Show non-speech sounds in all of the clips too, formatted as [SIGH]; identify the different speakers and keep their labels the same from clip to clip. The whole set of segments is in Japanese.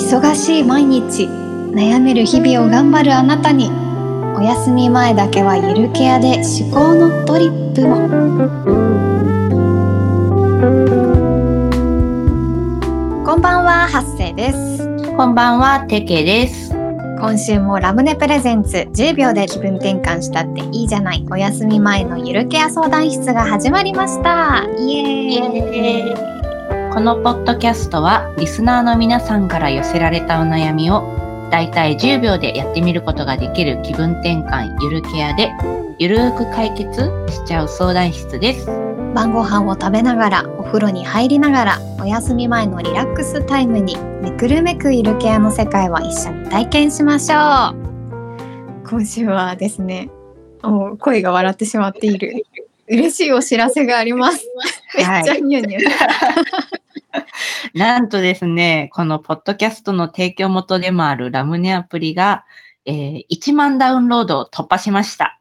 Speaker 1: 忙しい毎日悩める日々を頑張るあなたにお休み前だけはゆるケアで思考のトリップをこんばんは発生です
Speaker 2: こんばんは、てけです。
Speaker 1: 今週もラムネプレゼンツ10秒で気分転換したっていいじゃないお休み前のゆるケア相談室が始まりましたイエーイ
Speaker 2: このポッドキャストは、リスナーの皆さんから寄せられたお悩みを、だいたい10秒でやってみることができる気分転換ゆるケアで、ゆるーく解決しちゃう相談室です。
Speaker 1: 晩ご飯を食べながらお風呂に入りながらお休み前のリラックスタイムにめくるめくいるケアの世界は一緒に体験しましょう今週はですねもう声が笑ってしまっている嬉しいお知らせがありますめっ
Speaker 2: はい
Speaker 1: ちゃニュニュ
Speaker 2: なんとですね、このポッドキャストの提供元でもあるラムネアプリが、えー1万ダウンロードを突破しました。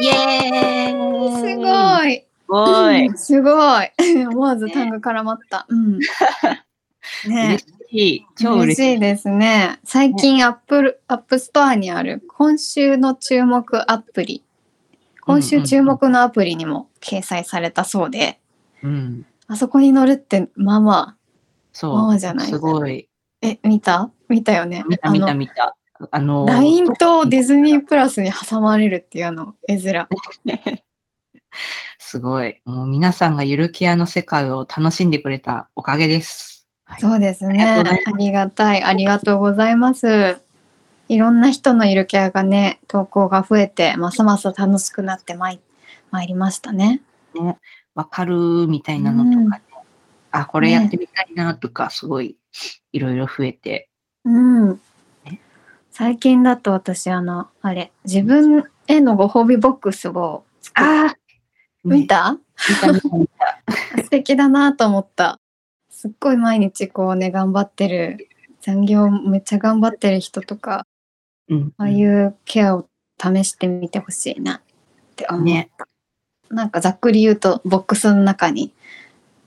Speaker 2: イエーイ
Speaker 1: すごい
Speaker 2: すごい。
Speaker 1: すごい [LAUGHS] 思わず単が絡まった、 [LAUGHS] うん、ね
Speaker 2: 嬉しい。超嬉
Speaker 1: 嬉
Speaker 2: しい。
Speaker 1: しいですね。最近アップル、アップストアにある今週の注目アプリ、今週注目のアプリにも掲載されたそうで、
Speaker 2: うん。
Speaker 1: あそこに乗るってまあま
Speaker 2: そう。
Speaker 1: まあじゃない
Speaker 2: すごい。
Speaker 1: あ、え、見た見たよね。
Speaker 2: 見た見た見た。あ
Speaker 1: あの、
Speaker 2: のー、
Speaker 1: LINE とディズニープラスに挟まれるっていうあの絵面。
Speaker 2: すごい。もう皆さんがゆるキャの世界を楽しんでくれたおかげです。はい
Speaker 1: そうですね。
Speaker 2: ありがとうござ
Speaker 1: あ
Speaker 2: い
Speaker 1: りがたい。ありがとうございます。いろんな人のいるキャラがね、投稿が増えて、ますます楽しくなってまいまいりましたね。
Speaker 2: わかるみたいなのとかね。あ、これやってみたいなとか、すごいいろいろ増えて。
Speaker 1: うん
Speaker 2: ね。
Speaker 1: 最近だと私あのあれ自分へのご褒美ボックスを作っ
Speaker 2: ああ、ね
Speaker 1: 見た、
Speaker 2: 見た見た見た。
Speaker 1: 素敵だなと思った。すっごい毎日こうね頑張ってる残業めっちゃ頑張ってる人とか
Speaker 2: うん。
Speaker 1: ああいうケアを試してみてほしいなって思う、
Speaker 2: ね。
Speaker 1: なんかざっくり言うとボックスの中に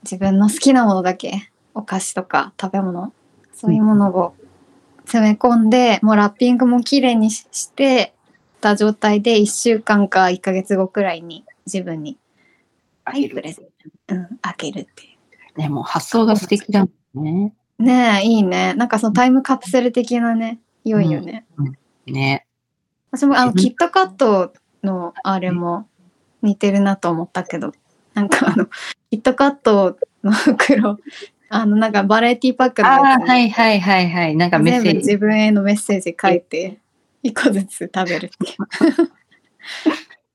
Speaker 1: 自分の好きなものだけお菓子とか食べ物そういうものを詰め込んで、もうラッピングも綺麗にししてた状態で1週間か1ヶ月後くらいに自分に、
Speaker 2: あ
Speaker 1: いプレゼンうん、開けるってい
Speaker 2: ね、もう発想が素敵だもんね。
Speaker 1: う。ねえいいねなんかそのタイムカプセル的なね良いよね。
Speaker 2: ね。
Speaker 1: 私もあの
Speaker 2: 自
Speaker 1: キ
Speaker 2: 分
Speaker 1: ットカットのあれも似てるなと思ったけどなんかあのキットカットの袋あのなんかバラエティパックの
Speaker 2: あ
Speaker 1: や
Speaker 2: あ、
Speaker 1: つに
Speaker 2: はいはいはいはい。なんかメッ
Speaker 1: 全
Speaker 2: セ
Speaker 1: 部
Speaker 2: ージ。
Speaker 1: 自分へのメッセージ書いて一個ずつ食べるっていう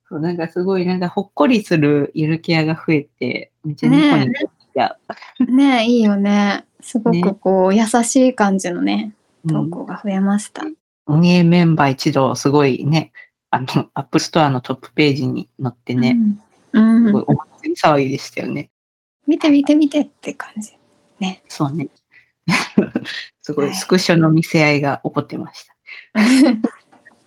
Speaker 2: そうなんかすごい、なんかほっこりするゆるキャラが増えて、めっちゃニコニコしちゃ
Speaker 1: ねえいいよねすごくこう、優しい感じのね
Speaker 2: う。
Speaker 1: 投稿が増えました、
Speaker 2: 運営メンバー一同、すごいね、あの、アップストアのトップページに載ってね、
Speaker 1: うん、
Speaker 2: す
Speaker 1: う
Speaker 2: ご
Speaker 1: ん
Speaker 2: い、お祭り騒ぎでしたよね。
Speaker 1: 見て見て見てって感じ
Speaker 2: そうね。 [LAUGHS] すご
Speaker 1: はい
Speaker 2: い、スクショの見せ合いが起こってました。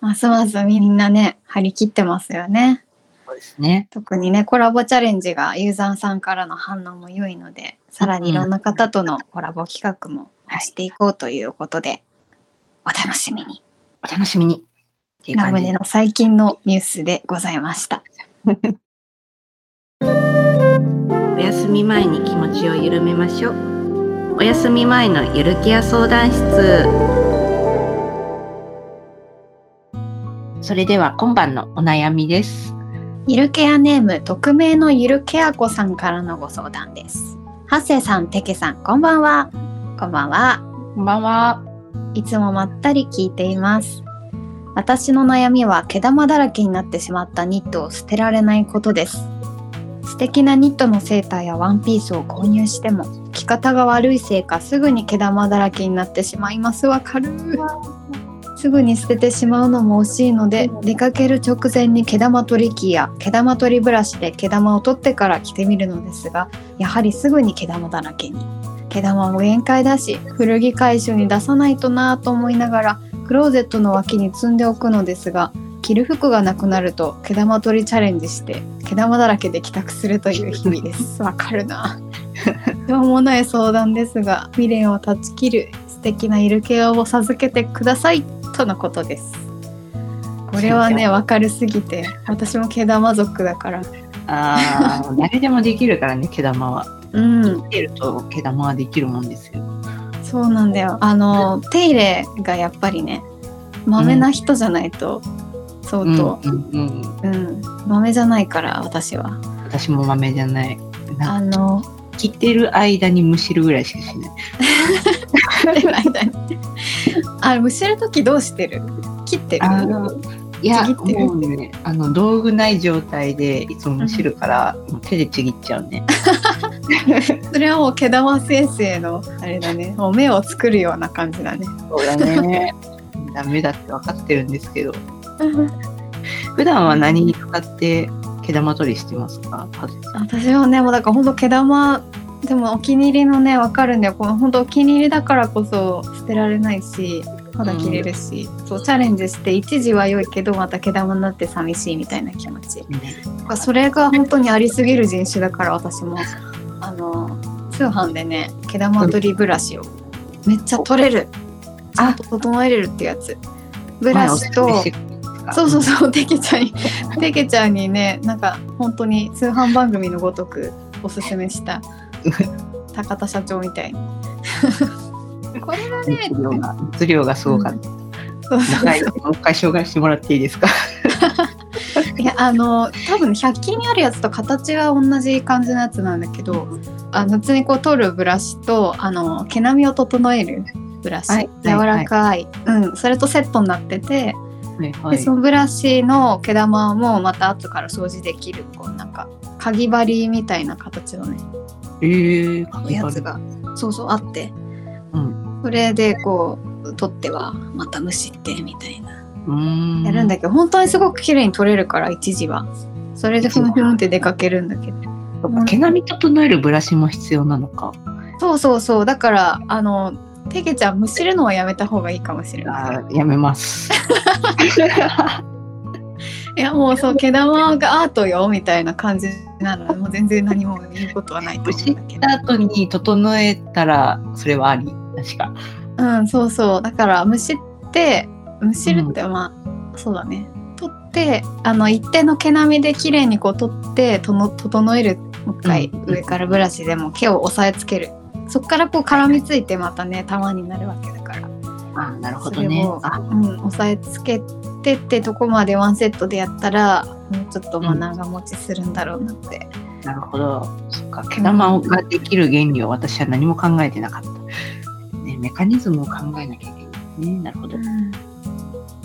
Speaker 1: ますますみんなね張り切ってますよね
Speaker 2: そうですね。
Speaker 1: 特にねコラボチャレンジがユーザーさんからの反応も良いのでさらにいろんな方とのコラボ企画も
Speaker 2: はい
Speaker 1: していこうということで、お楽しみに
Speaker 2: お楽しみに。っていう
Speaker 1: ラ
Speaker 2: 感
Speaker 1: ム
Speaker 2: じ
Speaker 1: ネ
Speaker 2: で
Speaker 1: の最近のニュースでございました
Speaker 2: お休み前に気持ちを緩めましょう。お休み前のゆるケア相談室。それでは今晩のお悩みです。
Speaker 1: ゆるケアネーム匿名のゆるケア子さんからのご相談ですハッセさんテケさんこんばんはこんばんは
Speaker 2: こんばんは。
Speaker 1: いつもまったり聞いています。私の悩みは毛玉だらけになってしまったニットを捨てられないことです。素敵なニットのセーターやワンピースを購入しても着方が悪いせいかすぐに毛玉だらけになってしまいますわかるすぐに捨ててしまうのも惜しいので出かける直前に毛玉取り器や毛玉取りブラシで毛玉を取ってから着てみるのですがやはりすぐに毛玉だらけに毛玉も限界だし古着回収に出さないとなぁと思いながらクローゼットの脇に積んでおくのですが着る服がなくなると毛玉取りチャレンジして毛玉だらけで帰宅するという日々ですわかるなしょうもない相談ですが未練を断ち切る素敵なゆるケアを授けてくださいとのことですこれは
Speaker 2: そう
Speaker 1: ね
Speaker 2: そう
Speaker 1: わかるすぎて私も毛玉族だから
Speaker 2: あ [LAUGHS] あ誰でもできるからね毛玉は
Speaker 1: うん
Speaker 2: 見てると毛玉はできるもんですよ
Speaker 1: そうなんだよあの手入れがやっぱりねまめな人じゃないと相当
Speaker 2: うんうんうん、
Speaker 1: うんまめじゃないから私は
Speaker 2: 私も豆じゃないな
Speaker 1: あの
Speaker 2: 切ってる間にむしるぐらいしかしない
Speaker 1: あむしる時どうしてる切ってる
Speaker 2: あのいや
Speaker 1: ちぎってる
Speaker 2: もうねあの道具ない状態でいつもむしるから、もう手でちぎっちゃうね
Speaker 1: それはもう毛玉先生のあれだねもう目を作るような感じだ
Speaker 2: [LAUGHS]
Speaker 1: ね
Speaker 2: そうだねダメだって分かってるんですけど普段は何に使って毛玉取りしてますかカズさん
Speaker 1: 私はねもうだからほんと毛玉でもお気に入りのねわかるんだよこのほんとお気に入りだからこそ捨てられないしまだ切れるし、そうチャレンジして一時は良いけどまた毛玉になって寂しいみたいな気持ちそれが本当にありすぎる人種だから私もあの通販でね毛玉取りブラシをめっちゃ取れるちゃんと整えれるってやつブラシと
Speaker 2: 前おすすめしてくれるんですか
Speaker 1: そうそうそう、てけちゃんに、てけちゃんにね、なんか本当に通販番組のごとくおすすめした。 [LAUGHS] 高田社長みたいに。これはね
Speaker 2: 熱、量が熱量がすごかった、
Speaker 1: そうそう
Speaker 2: はいもう一回紹介してもらっていいですか
Speaker 1: いや、あの、多分百均にあるやつと形は同じ感じのやつなんだけど。あの、普通にこう取るブラシと、あの、毛並みを整える。ブラシ、
Speaker 2: はい
Speaker 1: 柔らかい、うん、それとセットになってて、
Speaker 2: はいは
Speaker 1: で
Speaker 2: い
Speaker 1: そのブラシの毛玉もまた後から掃除できるこうなんかかぎ針みたいな形のね
Speaker 2: えー、か
Speaker 1: お
Speaker 2: け
Speaker 1: や
Speaker 2: ば
Speaker 1: つがそうそうあって
Speaker 2: うん
Speaker 1: それでこう取ってはまたむしってみたいな
Speaker 2: うーん
Speaker 1: やるんだけど本当にすごく綺麗に取れるから一時はそれでふんふんって出かけるんだけど
Speaker 2: そっか毛並み整えるブラシも必要なのか
Speaker 1: そうそうそうだからあのてけちゃんむしるのはやめた方がいいかもしれない
Speaker 2: あーやめます
Speaker 1: [LAUGHS] いやもうそう毛玉がアートよみたいな感じなのでもう全然何も言うことはないと思うんだけど
Speaker 2: した後に整えたらそれはあり確か
Speaker 1: うん、そうそう。だから、むしって、むしるって、まあ、そうだね。取って、あの、一定の毛並みで綺麗にこう取って、との整える。もう一回、
Speaker 2: うん
Speaker 1: 上からブラシでも毛を押さえつける。そっからこう絡みついて、またね、玉になるわけだから。
Speaker 2: あーなるほ
Speaker 1: そ
Speaker 2: ど
Speaker 1: れ
Speaker 2: ね
Speaker 1: を、
Speaker 2: あ
Speaker 1: うん、押さえつけてってとこまでワンセットでやったら、もうちょっとまあ
Speaker 2: うん
Speaker 1: 長持ちするんだろうなって。
Speaker 2: なるほどそっか毛玉ができる原理を私は何も考えてなかった、ね、メカニズムを考えなきゃいけないねなるほど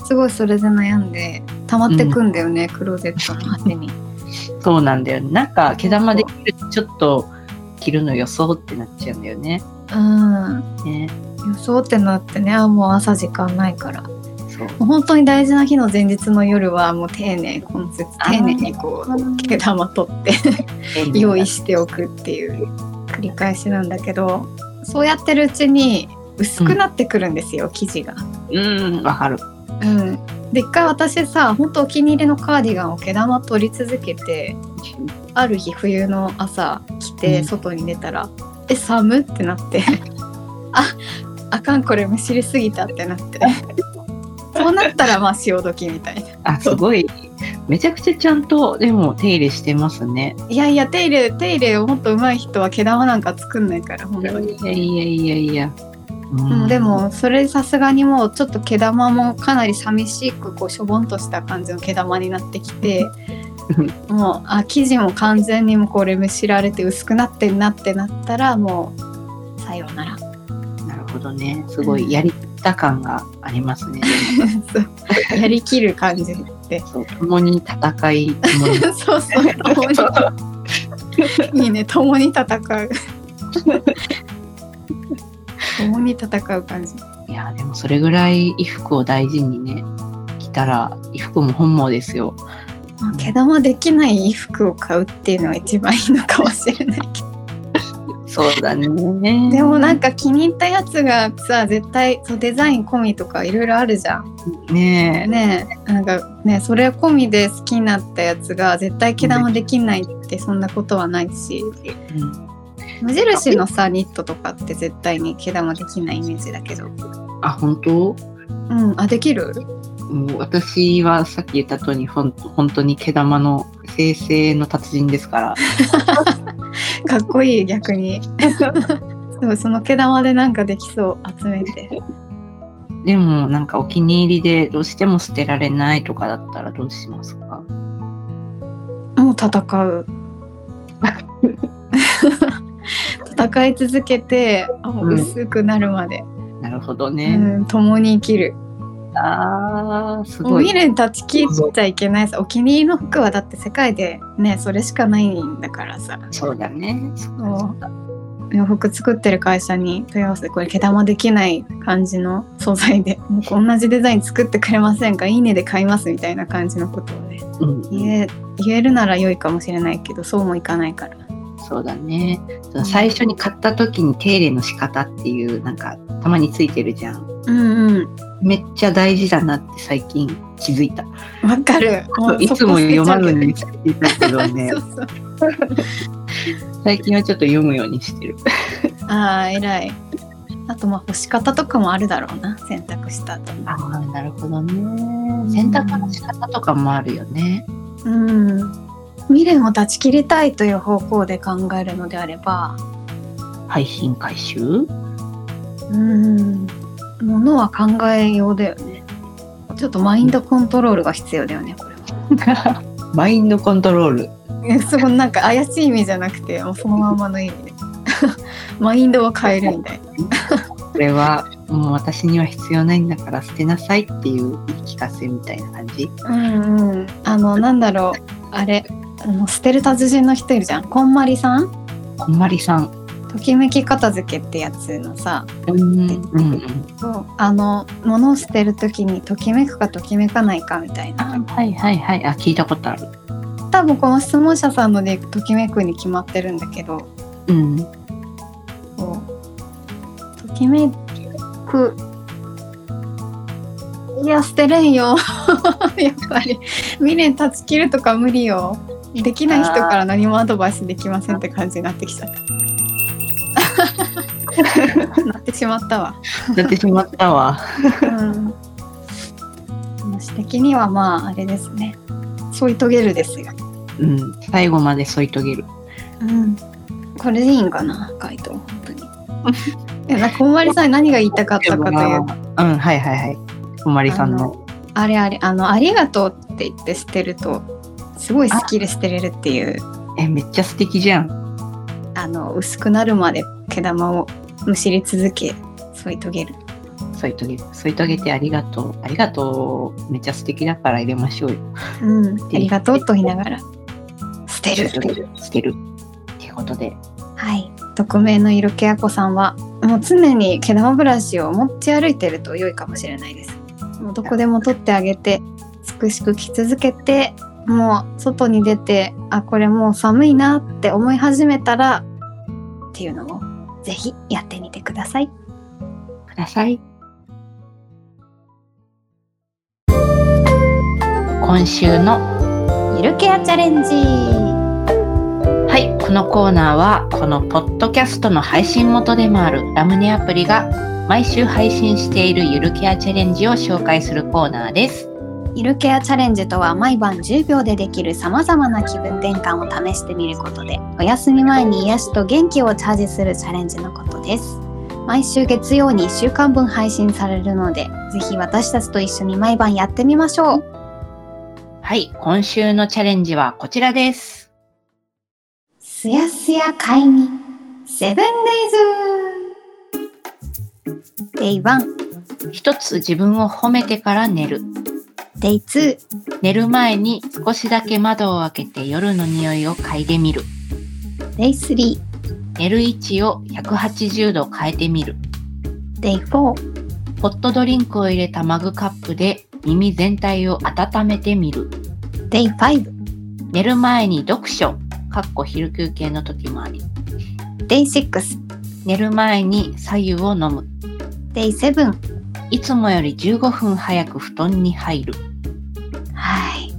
Speaker 1: すごいそれで悩んで溜まってくんだよね、クローゼットの端
Speaker 2: [LAUGHS]
Speaker 1: に。
Speaker 2: そうなんだよねなんか毛玉できるとちょっと着るの予想ってなっちゃうんだよね
Speaker 1: うん
Speaker 2: ね
Speaker 1: 予想ってなってねあもう朝時間ないからも
Speaker 2: そう
Speaker 1: う本当に大事な日の前日の夜はもう丁寧この節
Speaker 2: あー
Speaker 1: 丁寧にこう毛玉取って用意しておくっていう繰り返しなんだけどそうやってるうちに薄くなってくるんですよ、生地が。
Speaker 2: うんわかる
Speaker 1: うん、で一回私さ本当お気に入りのカーディガンを毛玉取り続けてある日冬の朝着
Speaker 2: う
Speaker 1: て
Speaker 2: ん
Speaker 1: 外に出たら「え寒っ?」ってなって [LAUGHS] 「ああかんこれむしりすぎた」ってなって [LAUGHS] そうなったらまあ潮時みたいな
Speaker 2: あすごいめちゃくちゃちゃんとでも手入れしてますね
Speaker 1: いやいや手入れ手入れをもっと上手い人は毛玉なんか作んないから本
Speaker 2: いや
Speaker 1: 当に、
Speaker 2: いやいやいや、
Speaker 1: うんでもそれさすがにもうちょっと毛玉もかなり寂しくこうしょぼんとした感じの毛玉になってきてもうあ生地も完全にもうこれむしられて薄くなってんなってなったらもうさようなら
Speaker 2: なるほどねすごいやりた感がありま
Speaker 1: [LAUGHS]
Speaker 2: すね、でも
Speaker 1: そうやりきる感じで
Speaker 2: そう共に戦い共に
Speaker 1: そうそう共に [LAUGHS] いいね共に戦う共に戦う感じ
Speaker 2: いやでもそれぐらい衣服を大事にね着たら衣服も本望ですよ
Speaker 1: まあ毛玉できない衣服を買うっていうのが一番いいのかもしれないけど
Speaker 2: そうだね
Speaker 1: でもなん
Speaker 2: か
Speaker 1: か気に入ったやつがさ絶対そうデザイン込みとかいろいろあるじゃん
Speaker 2: ねえ
Speaker 1: ねえなんかねそれ込みで好きになったやつが絶対毛玉できないってそんなことはないし、
Speaker 2: うん
Speaker 1: 無印のさニットとかって絶対に毛玉できないイメージだけど
Speaker 2: あ、本当
Speaker 1: うんあできる
Speaker 2: もう私はさっき言った通りほん本当に毛玉の生成の達人ですから
Speaker 1: [LAUGHS] かっこいい逆 [LAUGHS] にでもその毛玉でなんかできそう集めて
Speaker 2: でもなんかお気に入りでどうしても捨てられないとかだったらどうしますか
Speaker 1: もう戦う [LAUGHS] 戦い続けてあ
Speaker 2: ん
Speaker 1: 薄くなるまで、
Speaker 2: なるほど
Speaker 1: う
Speaker 2: ね、
Speaker 1: ん、共に生きる
Speaker 2: あーす
Speaker 1: も
Speaker 2: ご
Speaker 1: う
Speaker 2: い
Speaker 1: 未練断ち切っちゃいけないさお気に入りの服はだって世界でねそれしかないんだからさ
Speaker 2: そうだねそうだそうだ
Speaker 1: 洋服作ってる会社に問い合わせてこれ毛玉できない感じの素材でもうこう同じデザイン作ってくれませんかいいねで買いますみたいな感じのことをね
Speaker 2: うん、
Speaker 1: 言え言えるなら良いかもしれないけどそうもいかないから
Speaker 2: そうだね最初に買った時に手入れの仕方っていうなんかたまについてるじゃん
Speaker 1: うんうん
Speaker 2: めっちゃ大事だなって最近気づいた
Speaker 1: わかるもう
Speaker 2: いつも読まずに
Speaker 1: そ
Speaker 2: 聞いてたけど [LAUGHS] ね
Speaker 1: こ捨てちゃうけどそうそう
Speaker 2: 最近はちょっと読むようにしてる
Speaker 1: ああ偉いあとまあ干し方とかもあるだろうな洗濯した後の
Speaker 2: ああ、なるほどね。洗濯の仕方とかもあるよね。
Speaker 1: うん未練を断ち切りたいという方向で考えるのであれば
Speaker 2: 廃品回収 [LAUGHS]
Speaker 1: うん物は考えようだよねちょっとマインドコントロールが必要だよねこれは
Speaker 2: マインドコントロール。
Speaker 1: え [LAUGHS] そのなんか怪しい意味じゃなくてもうそのまんまの意味で [LAUGHS] マインドを変えるみたいな
Speaker 2: これは、もう私には必要ないんだから捨てなさいっていう言い聞かせみたいな感じ。
Speaker 1: うんうんあのなんだろうあれあの捨てる達人の人いるじゃんこんまりさん
Speaker 2: こんまりさん。
Speaker 1: ときめき片付けってやつのさ
Speaker 2: うん。うんうん。
Speaker 1: あの物を捨てる時にときめくかときめかないかみたいな
Speaker 2: あはいはいはい。あ、聞いたことある。
Speaker 1: 多分この質問者さんのでときめくに決まってるんだけど
Speaker 2: うん。
Speaker 1: こうときめくいや捨てれんよ [LAUGHS] やっぱり未練断ち切るとか無理よできない人から何もアドバイスできませんって感じになってき [LAUGHS] ちゃったなってしまったわ、
Speaker 2: やってしまったわ。 [LAUGHS]
Speaker 1: うん、私的にはまああれですね添い遂げるですよ、
Speaker 2: うん。最後まで添い遂げる。
Speaker 1: うん、これでいいんかな回答本当にいやなんかこんまりさんに何が言いたかったかという
Speaker 2: うん、はいはいはい。こんまりさんの。
Speaker 1: あれあれあの「ありがとう」って言って捨てるとすごいスッキリ捨てれるっていう
Speaker 2: え、めっちゃ素敵じゃん。
Speaker 1: あの薄くなるまで毛玉をむしり続け添い遂げる
Speaker 2: 添い遂げる添い遂げてありがとうありがとうめっちゃ素敵だから入れましょうよ
Speaker 1: 「うん、ありがとう」と言いながら捨てる
Speaker 2: 捨てる捨てるっていうことで
Speaker 1: はい匿名の色気あこさんはもう常に毛玉ブラシを持ち歩いてると良いかもしれないですもうどこでも取ってあげてつくしく着続けてもう外に出てあこれもう寒いなって思い始めたらっていうのをぜひやってみてください
Speaker 2: くだ
Speaker 1: [LAUGHS]
Speaker 2: さい今週の
Speaker 1: ゆるケアチャレンジ
Speaker 2: はい、このコーナーはこのポッドキャストの配信元でもあるラムネアプリが毎週配信しているゆるケアチャレンジを紹介するコーナーです。
Speaker 1: ゆるケアチャレンジとは毎晩10秒でできるさまざまな気分転換を試してみることでお休み前に癒しと元気をチャージするチャレンジのことです毎週月曜に1週間分配信されるのでぜひ私たちと一緒に毎晩やってみましょう
Speaker 2: はい、今週のチャレンジはこちらです。
Speaker 1: すやすや会議セブンデイズ Day1
Speaker 2: 一つ自分を褒めてから寝る
Speaker 1: Day2
Speaker 2: 寝る前に少しだけ窓を開けて夜の匂いを嗅いでみる
Speaker 1: Day3
Speaker 2: 寝る位置を180度変えてみる
Speaker 1: Day4
Speaker 2: ホットドリンクを入れたマグカップで耳全体を温めてみる
Speaker 1: Day5
Speaker 2: 寝る前に読書かっこ昼休憩の時もあり
Speaker 1: Day6
Speaker 2: 寝る前に左右を飲む
Speaker 1: Day7
Speaker 2: いつもより15分早く布団に入る
Speaker 1: はい。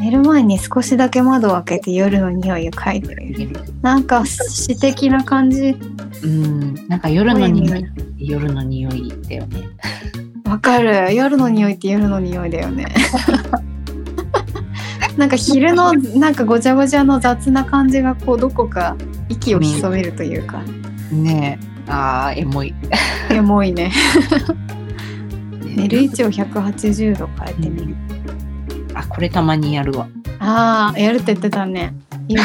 Speaker 1: 寝る前に少しだけ窓を開けて夜の匂いを嗅いでみるなんか詩的な感じ
Speaker 2: うん、なんか夜の匂い、夜の匂いだよね。
Speaker 1: わかる夜の匂いって夜の匂いだよね [LAUGHS] なんか昼のなんかごちゃごちゃの雑な感じがこうどこか息を潜めるというか
Speaker 2: ねえ、ああ、エモい。
Speaker 1: エモいね寝る
Speaker 2: ね
Speaker 1: 位置を180度変えてみる、
Speaker 2: あ、これたまにやるわ。
Speaker 1: ああやるって言ってたねいいね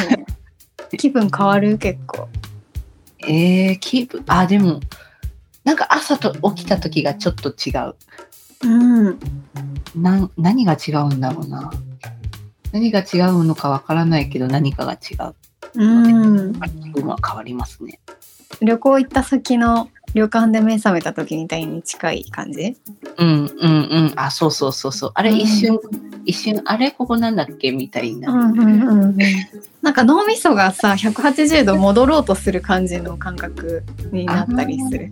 Speaker 1: 気分変わる結構
Speaker 2: えー、キープ、あ、でも、なんか朝と起きた時がちょっと違う。
Speaker 1: うん
Speaker 2: なん何が違うんだろうな。何が違うのかわからないけど何かが違う。
Speaker 1: うん
Speaker 2: 気分は変わりますね。
Speaker 1: 旅行行った先の旅館で目覚めた時みたいに近い感じ
Speaker 2: うんうんうん。あ、そうそうそうそう。あれ
Speaker 1: うん
Speaker 2: 一瞬、一瞬、あれここなんだっけみたいな。
Speaker 1: うんうんなんか脳みそがさ180度戻ろうとする感じの感覚になったりする。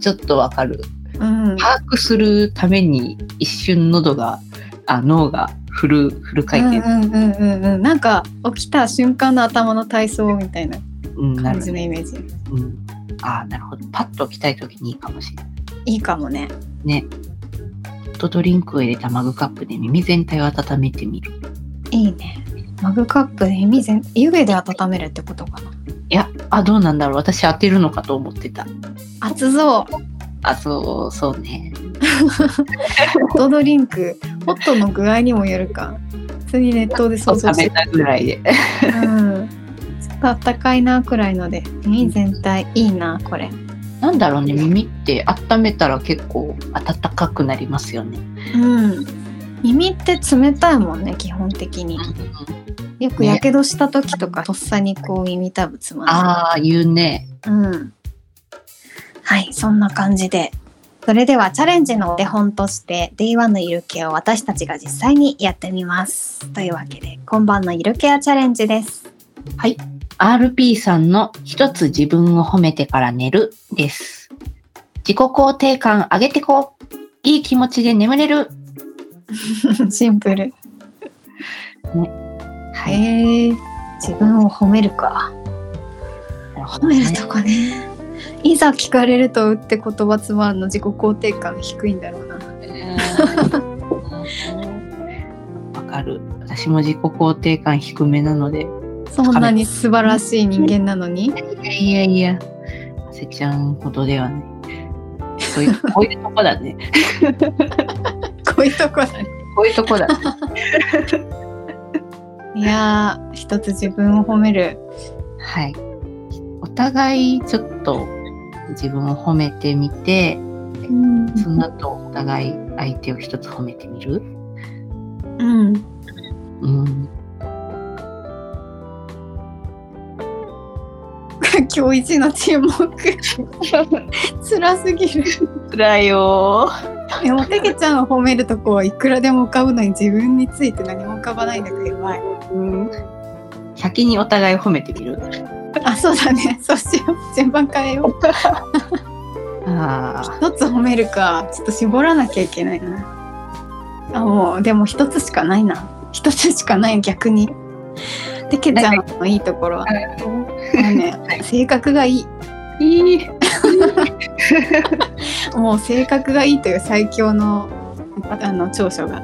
Speaker 2: ちょっとわかる。
Speaker 1: うん、
Speaker 2: 把握するために一瞬喉が、あ、脳がフル、フル回転。
Speaker 1: うんうんうんうんうんなんか起きた瞬間の頭の体操みたいな
Speaker 2: うん、な
Speaker 1: 感
Speaker 2: る
Speaker 1: じのイメージ、
Speaker 2: うん、あーなるほどパッと起きたい時にいいかもしれない
Speaker 1: いいかもね
Speaker 2: ねホットドリンクを入れたマグカップで耳全体を温めてみる
Speaker 1: いいねマグカップで耳全湯気で温めるってことかない
Speaker 2: やあどうなんだろう私当てるのかと思ってた
Speaker 1: 熱そう
Speaker 2: あそうそうね
Speaker 1: ホットドリンクホットの具合にもよるか普通に熱湯で想像
Speaker 2: 食
Speaker 1: して
Speaker 2: べたぐらいで
Speaker 1: うんちょっとあったかいなくらいので耳全体いいなこれ
Speaker 2: なんだろうね耳って温めたら結構温かくなりますよね、
Speaker 1: うん耳って冷たいもんね基本的によくやけどした時とかとっさにこう耳たぶつま
Speaker 2: ああ言うね
Speaker 1: んでうんはいそんな感じでそれではチャレンジのお手本として Day1 のイルケアを私たちが実際にやってみますというわけで今晩のイルケアチャレンジです
Speaker 2: はい RP さんの一つ自分を褒めてから寝るです自己肯定感上げてこういい気持ちで眠れる
Speaker 1: [LAUGHS] シンプル
Speaker 2: はい
Speaker 1: へえ自分を褒めるか褒めるとかねいざ聞かれるとうって言葉つまんの自己肯定感低いんだろうな
Speaker 2: ね。わかる。私も自己肯定感低めなので。
Speaker 1: そんなに素晴らしい人間なのに
Speaker 2: いやいやいや、焦っちゃうほどではない。そういう、こういうとこだね。
Speaker 1: こういうとこだね
Speaker 2: こういうとこだね。
Speaker 1: いやー一つ自分を褒める
Speaker 2: はい。お互いちょっと自分を褒めてみて、
Speaker 1: うん
Speaker 2: その後お互い相手を一つ褒めてみる。
Speaker 1: うん
Speaker 2: うん。
Speaker 1: 今日一の沈黙辛すぎる
Speaker 2: [LAUGHS] 辛いよ
Speaker 1: でもてけちゃんを褒めるとこはいくらでも浮かぶのに自分について何も浮かばないんだけどやばい
Speaker 2: 先にお互い褒めてみる。
Speaker 1: あそうだねそうしよう順番変えよう
Speaker 2: ああ。
Speaker 1: 一つ褒めるかちょっと絞らなきゃいけないなあもうでも一つしかないな一つしかない逆にてけちゃんのいいところはもうね、性格がいい。
Speaker 2: いい。
Speaker 1: もう性格がいいという最強のあの長所が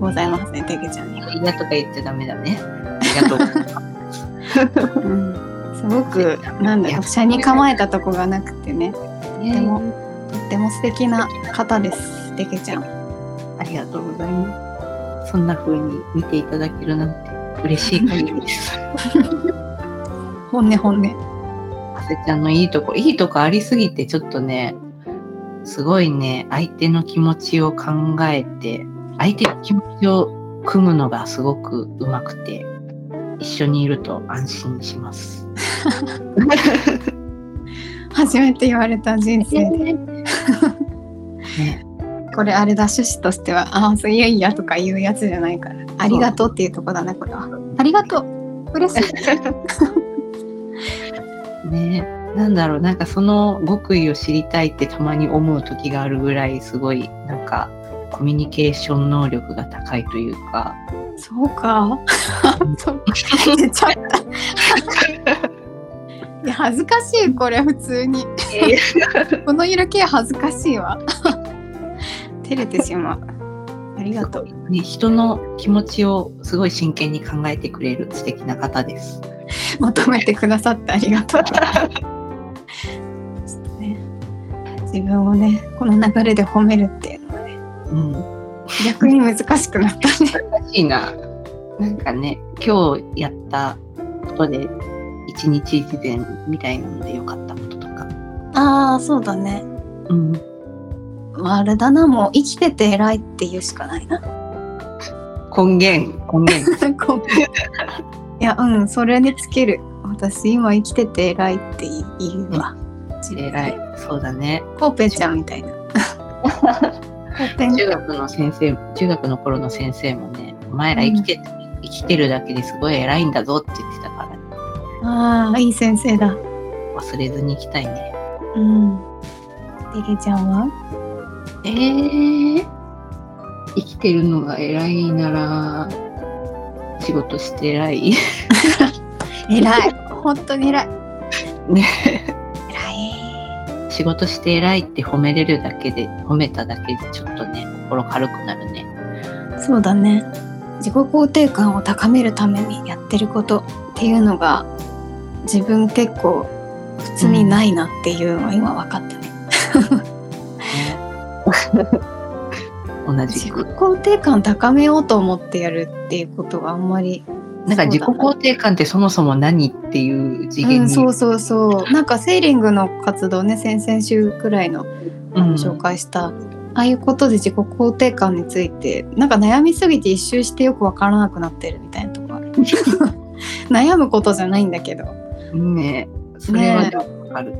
Speaker 1: ございますね、てけちゃんには、
Speaker 2: 嫌とか言っちゃダメだね。ありがと [LAUGHS] う。
Speaker 1: すごく、なんだろう、車に構えたとこがなくてね、と
Speaker 2: でも、
Speaker 1: っても素敵な方です、てけちゃん。
Speaker 2: ありがとうございます。そんな風に見ていただけるなんて嬉しい限りです。
Speaker 1: 本音本音。
Speaker 2: あせちゃんのいいとこ、いいとこありすぎてちょっとね、すごいね、相手の気持ちを考えて、相手の気持ちを組むのがすごくうまくて、一緒にいると安心します。
Speaker 1: 初めて言われた人生で。
Speaker 2: ね、
Speaker 1: これあれだ、趣旨としては、ああ、そういやいやとか言うやつじゃないから、ありがとうっていうとこだね、これは。ありがとう。嬉しい。
Speaker 2: ねなんだろうなんかその極意を知りたいってたまに思う時があるぐらいすごいなんかコミュニケーション能力が高いというか、
Speaker 1: そう [LAUGHS] か。そうか。出ちゃった。 [LAUGHS] いや恥ずかしいこれ普通に。この色気恥ずかしいわ。 [LAUGHS] 照れてしまう。ありがとう。
Speaker 2: ね、人の気持ちをすごい真剣に考えてくれる素敵な方です。
Speaker 1: 求めてくださってありがとう。ちょっとね、自分をねこの流れで褒めるっていうのはね
Speaker 2: うん、
Speaker 1: 逆に難しくなったね。
Speaker 2: 難しいな。なんかね、今日やったことで、一日一善みたいなので良かったこととか。
Speaker 1: ああそうだね。
Speaker 2: うん、
Speaker 1: あれだなもう生きてて偉いっていうしかないな。
Speaker 2: 根源、根源。
Speaker 1: [LAUGHS] こういやうんそれにつける私今生きてて偉いって言うわ
Speaker 2: 偉い。 [LAUGHS] そうだね。
Speaker 1: コーペちゃんみた [LAUGHS] いなコーペン
Speaker 2: 中学の先生、中学の頃の先生もね、お前ら生きて、生きてるだけですごい偉いんだぞって言ってたから、
Speaker 1: ああいい先生だ
Speaker 2: 忘れずに行きたいね。
Speaker 1: うんリリちゃんは
Speaker 2: えー、生きてるのが偉いなら、仕事して偉い。 [LAUGHS]
Speaker 1: 偉い [LAUGHS] 本当に偉い
Speaker 2: ね
Speaker 1: 偉い
Speaker 2: 仕事して偉いって褒めれるだけで褒めただけでちょっとね心軽くなるね
Speaker 1: [LAUGHS] そうだね自己肯定感を高めるためにやってることっていうのが自分結構普通にないなっていうのは今分かったね、
Speaker 2: 同じ
Speaker 1: 自己
Speaker 2: く
Speaker 1: 肯定感高めようと思ってやるっていうことがあんまり
Speaker 2: なんか自己肯定感ってそもそも何っていう次
Speaker 1: う
Speaker 2: 元
Speaker 1: ん、
Speaker 2: に、
Speaker 1: そうそうそうなんかセーリングの活動ね先々週くらいのあ
Speaker 2: うん
Speaker 1: の紹介した、ああいうことで自己肯定感についてなんか悩みすぎて一周してよくわからなくなってるみたいなとこあ
Speaker 2: [LAUGHS]
Speaker 1: る悩むことじゃないんだけどわ
Speaker 2: ねそれはでもわかる、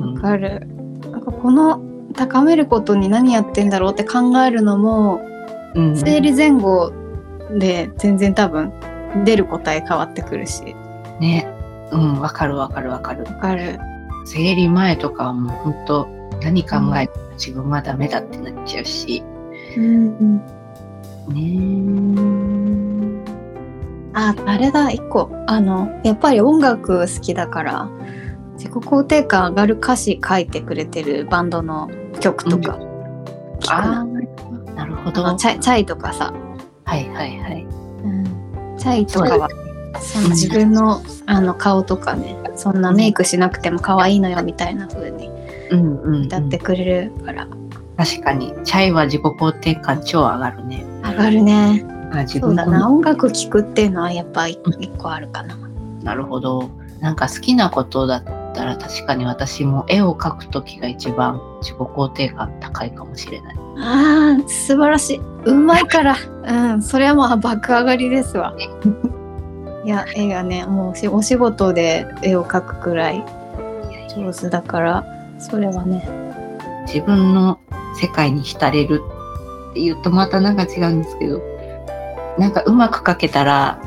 Speaker 2: うん
Speaker 1: かるなんかこの高めることに何やってんだろうって考えるのも
Speaker 2: うん
Speaker 1: 生理前後で全然多分出る答え変わってくるし
Speaker 2: ねうんわかるわかるわかる
Speaker 1: わかる
Speaker 2: 生理前とかはもう本当何考えても自分はダメだってなっちゃうし
Speaker 1: うん
Speaker 2: ね
Speaker 1: ああれだ一個あのやっぱり音楽好きだから自己肯定感上がる歌詞書いてくれてるバンドの曲とか聞くな、
Speaker 2: あーなるほ
Speaker 1: あ
Speaker 2: ど
Speaker 1: のチャイチャイとかさ、
Speaker 2: はいはいはい
Speaker 1: チャイとかはその自分のあの顔とかねそんなメイクしなくても可愛いのよみたいな風に
Speaker 2: うんうんうん
Speaker 1: 歌ってくれるから、
Speaker 2: 確かにチャイは自己肯定感超上がるね
Speaker 1: 上がるね
Speaker 2: あ自
Speaker 1: そう
Speaker 2: 分
Speaker 1: だな音楽聴くっていうのはやっぱ一一個あるかな。
Speaker 2: なるほどなんか好きなことだったら確かに私も絵を描く時が一番自己肯定感高いかもしれない
Speaker 1: あー素晴らしいうまいからうんそれはもう爆上がりですわいや絵がねもうしお仕事で絵を描くくらい上手だからそれはね
Speaker 2: 自分の世界に浸れるって言うとまたなんか違うんですけどなんかうまく描けたら、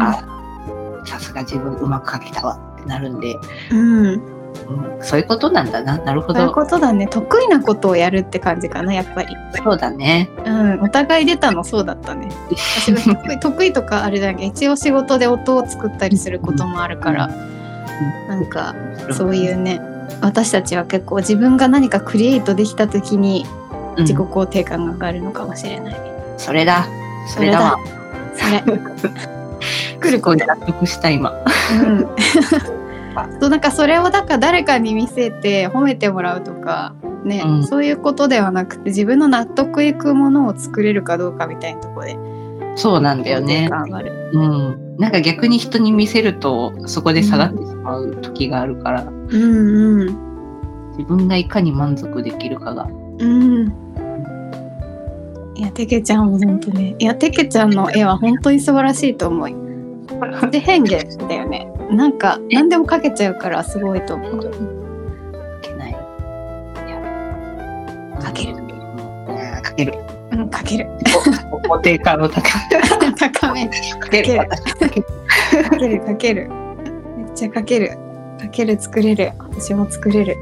Speaker 2: あさすが自分うまく描けたわってなるんで、
Speaker 1: うん
Speaker 2: うん、そういうことなんだななるほ
Speaker 1: そういう
Speaker 2: ど
Speaker 1: ことだね得意なことをやるって感じかなやっぱり
Speaker 2: そうだね
Speaker 1: うんお互い出たのそうだったね私は
Speaker 2: [LAUGHS]
Speaker 1: 得意得意とかあれだけど一応仕事で音を作ったりすることもあるから、なんかそういうね私たちは結構自分が何かクリエイトできた時に
Speaker 2: うん
Speaker 1: 自己肯定感が上がるのかもしれない。
Speaker 2: それだそ
Speaker 1: れ
Speaker 2: れ
Speaker 1: だ
Speaker 2: だわ
Speaker 1: そ
Speaker 2: [LAUGHS]
Speaker 1: れ、
Speaker 2: 来る子に納得した今。
Speaker 1: うん、 [LAUGHS] そうなんかそれをだから誰かに見せて褒めてもらうとかね、
Speaker 2: うん
Speaker 1: そういうことではなくて自分の納得いくものを作れるかどうかみたいなところで
Speaker 2: そうなんだよ
Speaker 1: 肯定
Speaker 2: ね。
Speaker 1: 感上がる。
Speaker 2: うん。なんか逆に人に見せるとそこで下がってしまう時があるから、
Speaker 1: うんうん
Speaker 2: 自分がいかに満足でき
Speaker 1: [LAUGHS]
Speaker 2: るかが。
Speaker 1: うん。いやてけちゃんも本当ねいやてけちゃんの絵は本当に素晴らしいと思うよ。で変化だよね。なんか何でも描けちゃうからすごいと思う。
Speaker 2: いけない。いや。
Speaker 1: かける
Speaker 2: うん。かける。
Speaker 1: うん描ける
Speaker 2: お肯定感の高い。
Speaker 1: 高め
Speaker 2: かけ
Speaker 1: か
Speaker 2: る。
Speaker 1: かけるかけるめっちゃかけるかける作れる私も作れる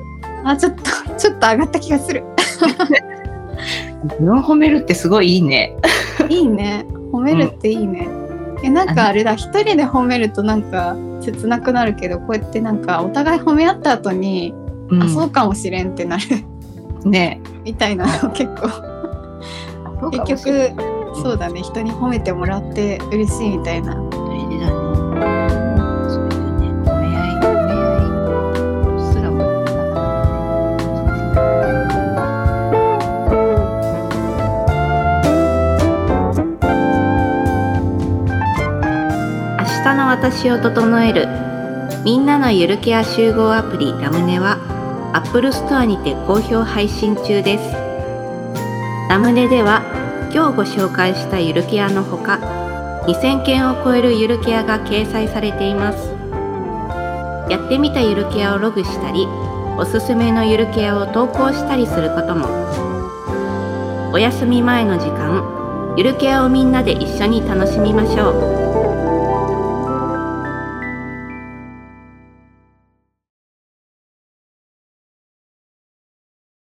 Speaker 1: あちょっとちょっと上がった気がする
Speaker 3: 自分褒めるってすごいいいね。
Speaker 1: いいね褒めるっていいね、えなんかあれだ一人で褒めるとなんか切なくなるけどこうやってなんかお互い褒め合った後に、
Speaker 3: うん
Speaker 1: あそうかもしれんってなる
Speaker 3: ね
Speaker 1: みたいなの結構結局そうだね人に褒めてもらって嬉しいみたいな
Speaker 3: それでだね。そういうね、褒め合い、褒め合い、うっすらもなかったね。明日の私を整えるみんなのゆるケア集合アプリラムネは Apple Store にて好評配信中ですラムネでは今日ご紹介したゆるケアのほか2000件を超えるゆるケアが掲載されていますやってみたゆるケアをログしたりおすすめのゆるケアを投稿したりすることもお休み前の時間ゆるケアをみんなで一緒に楽しみましょう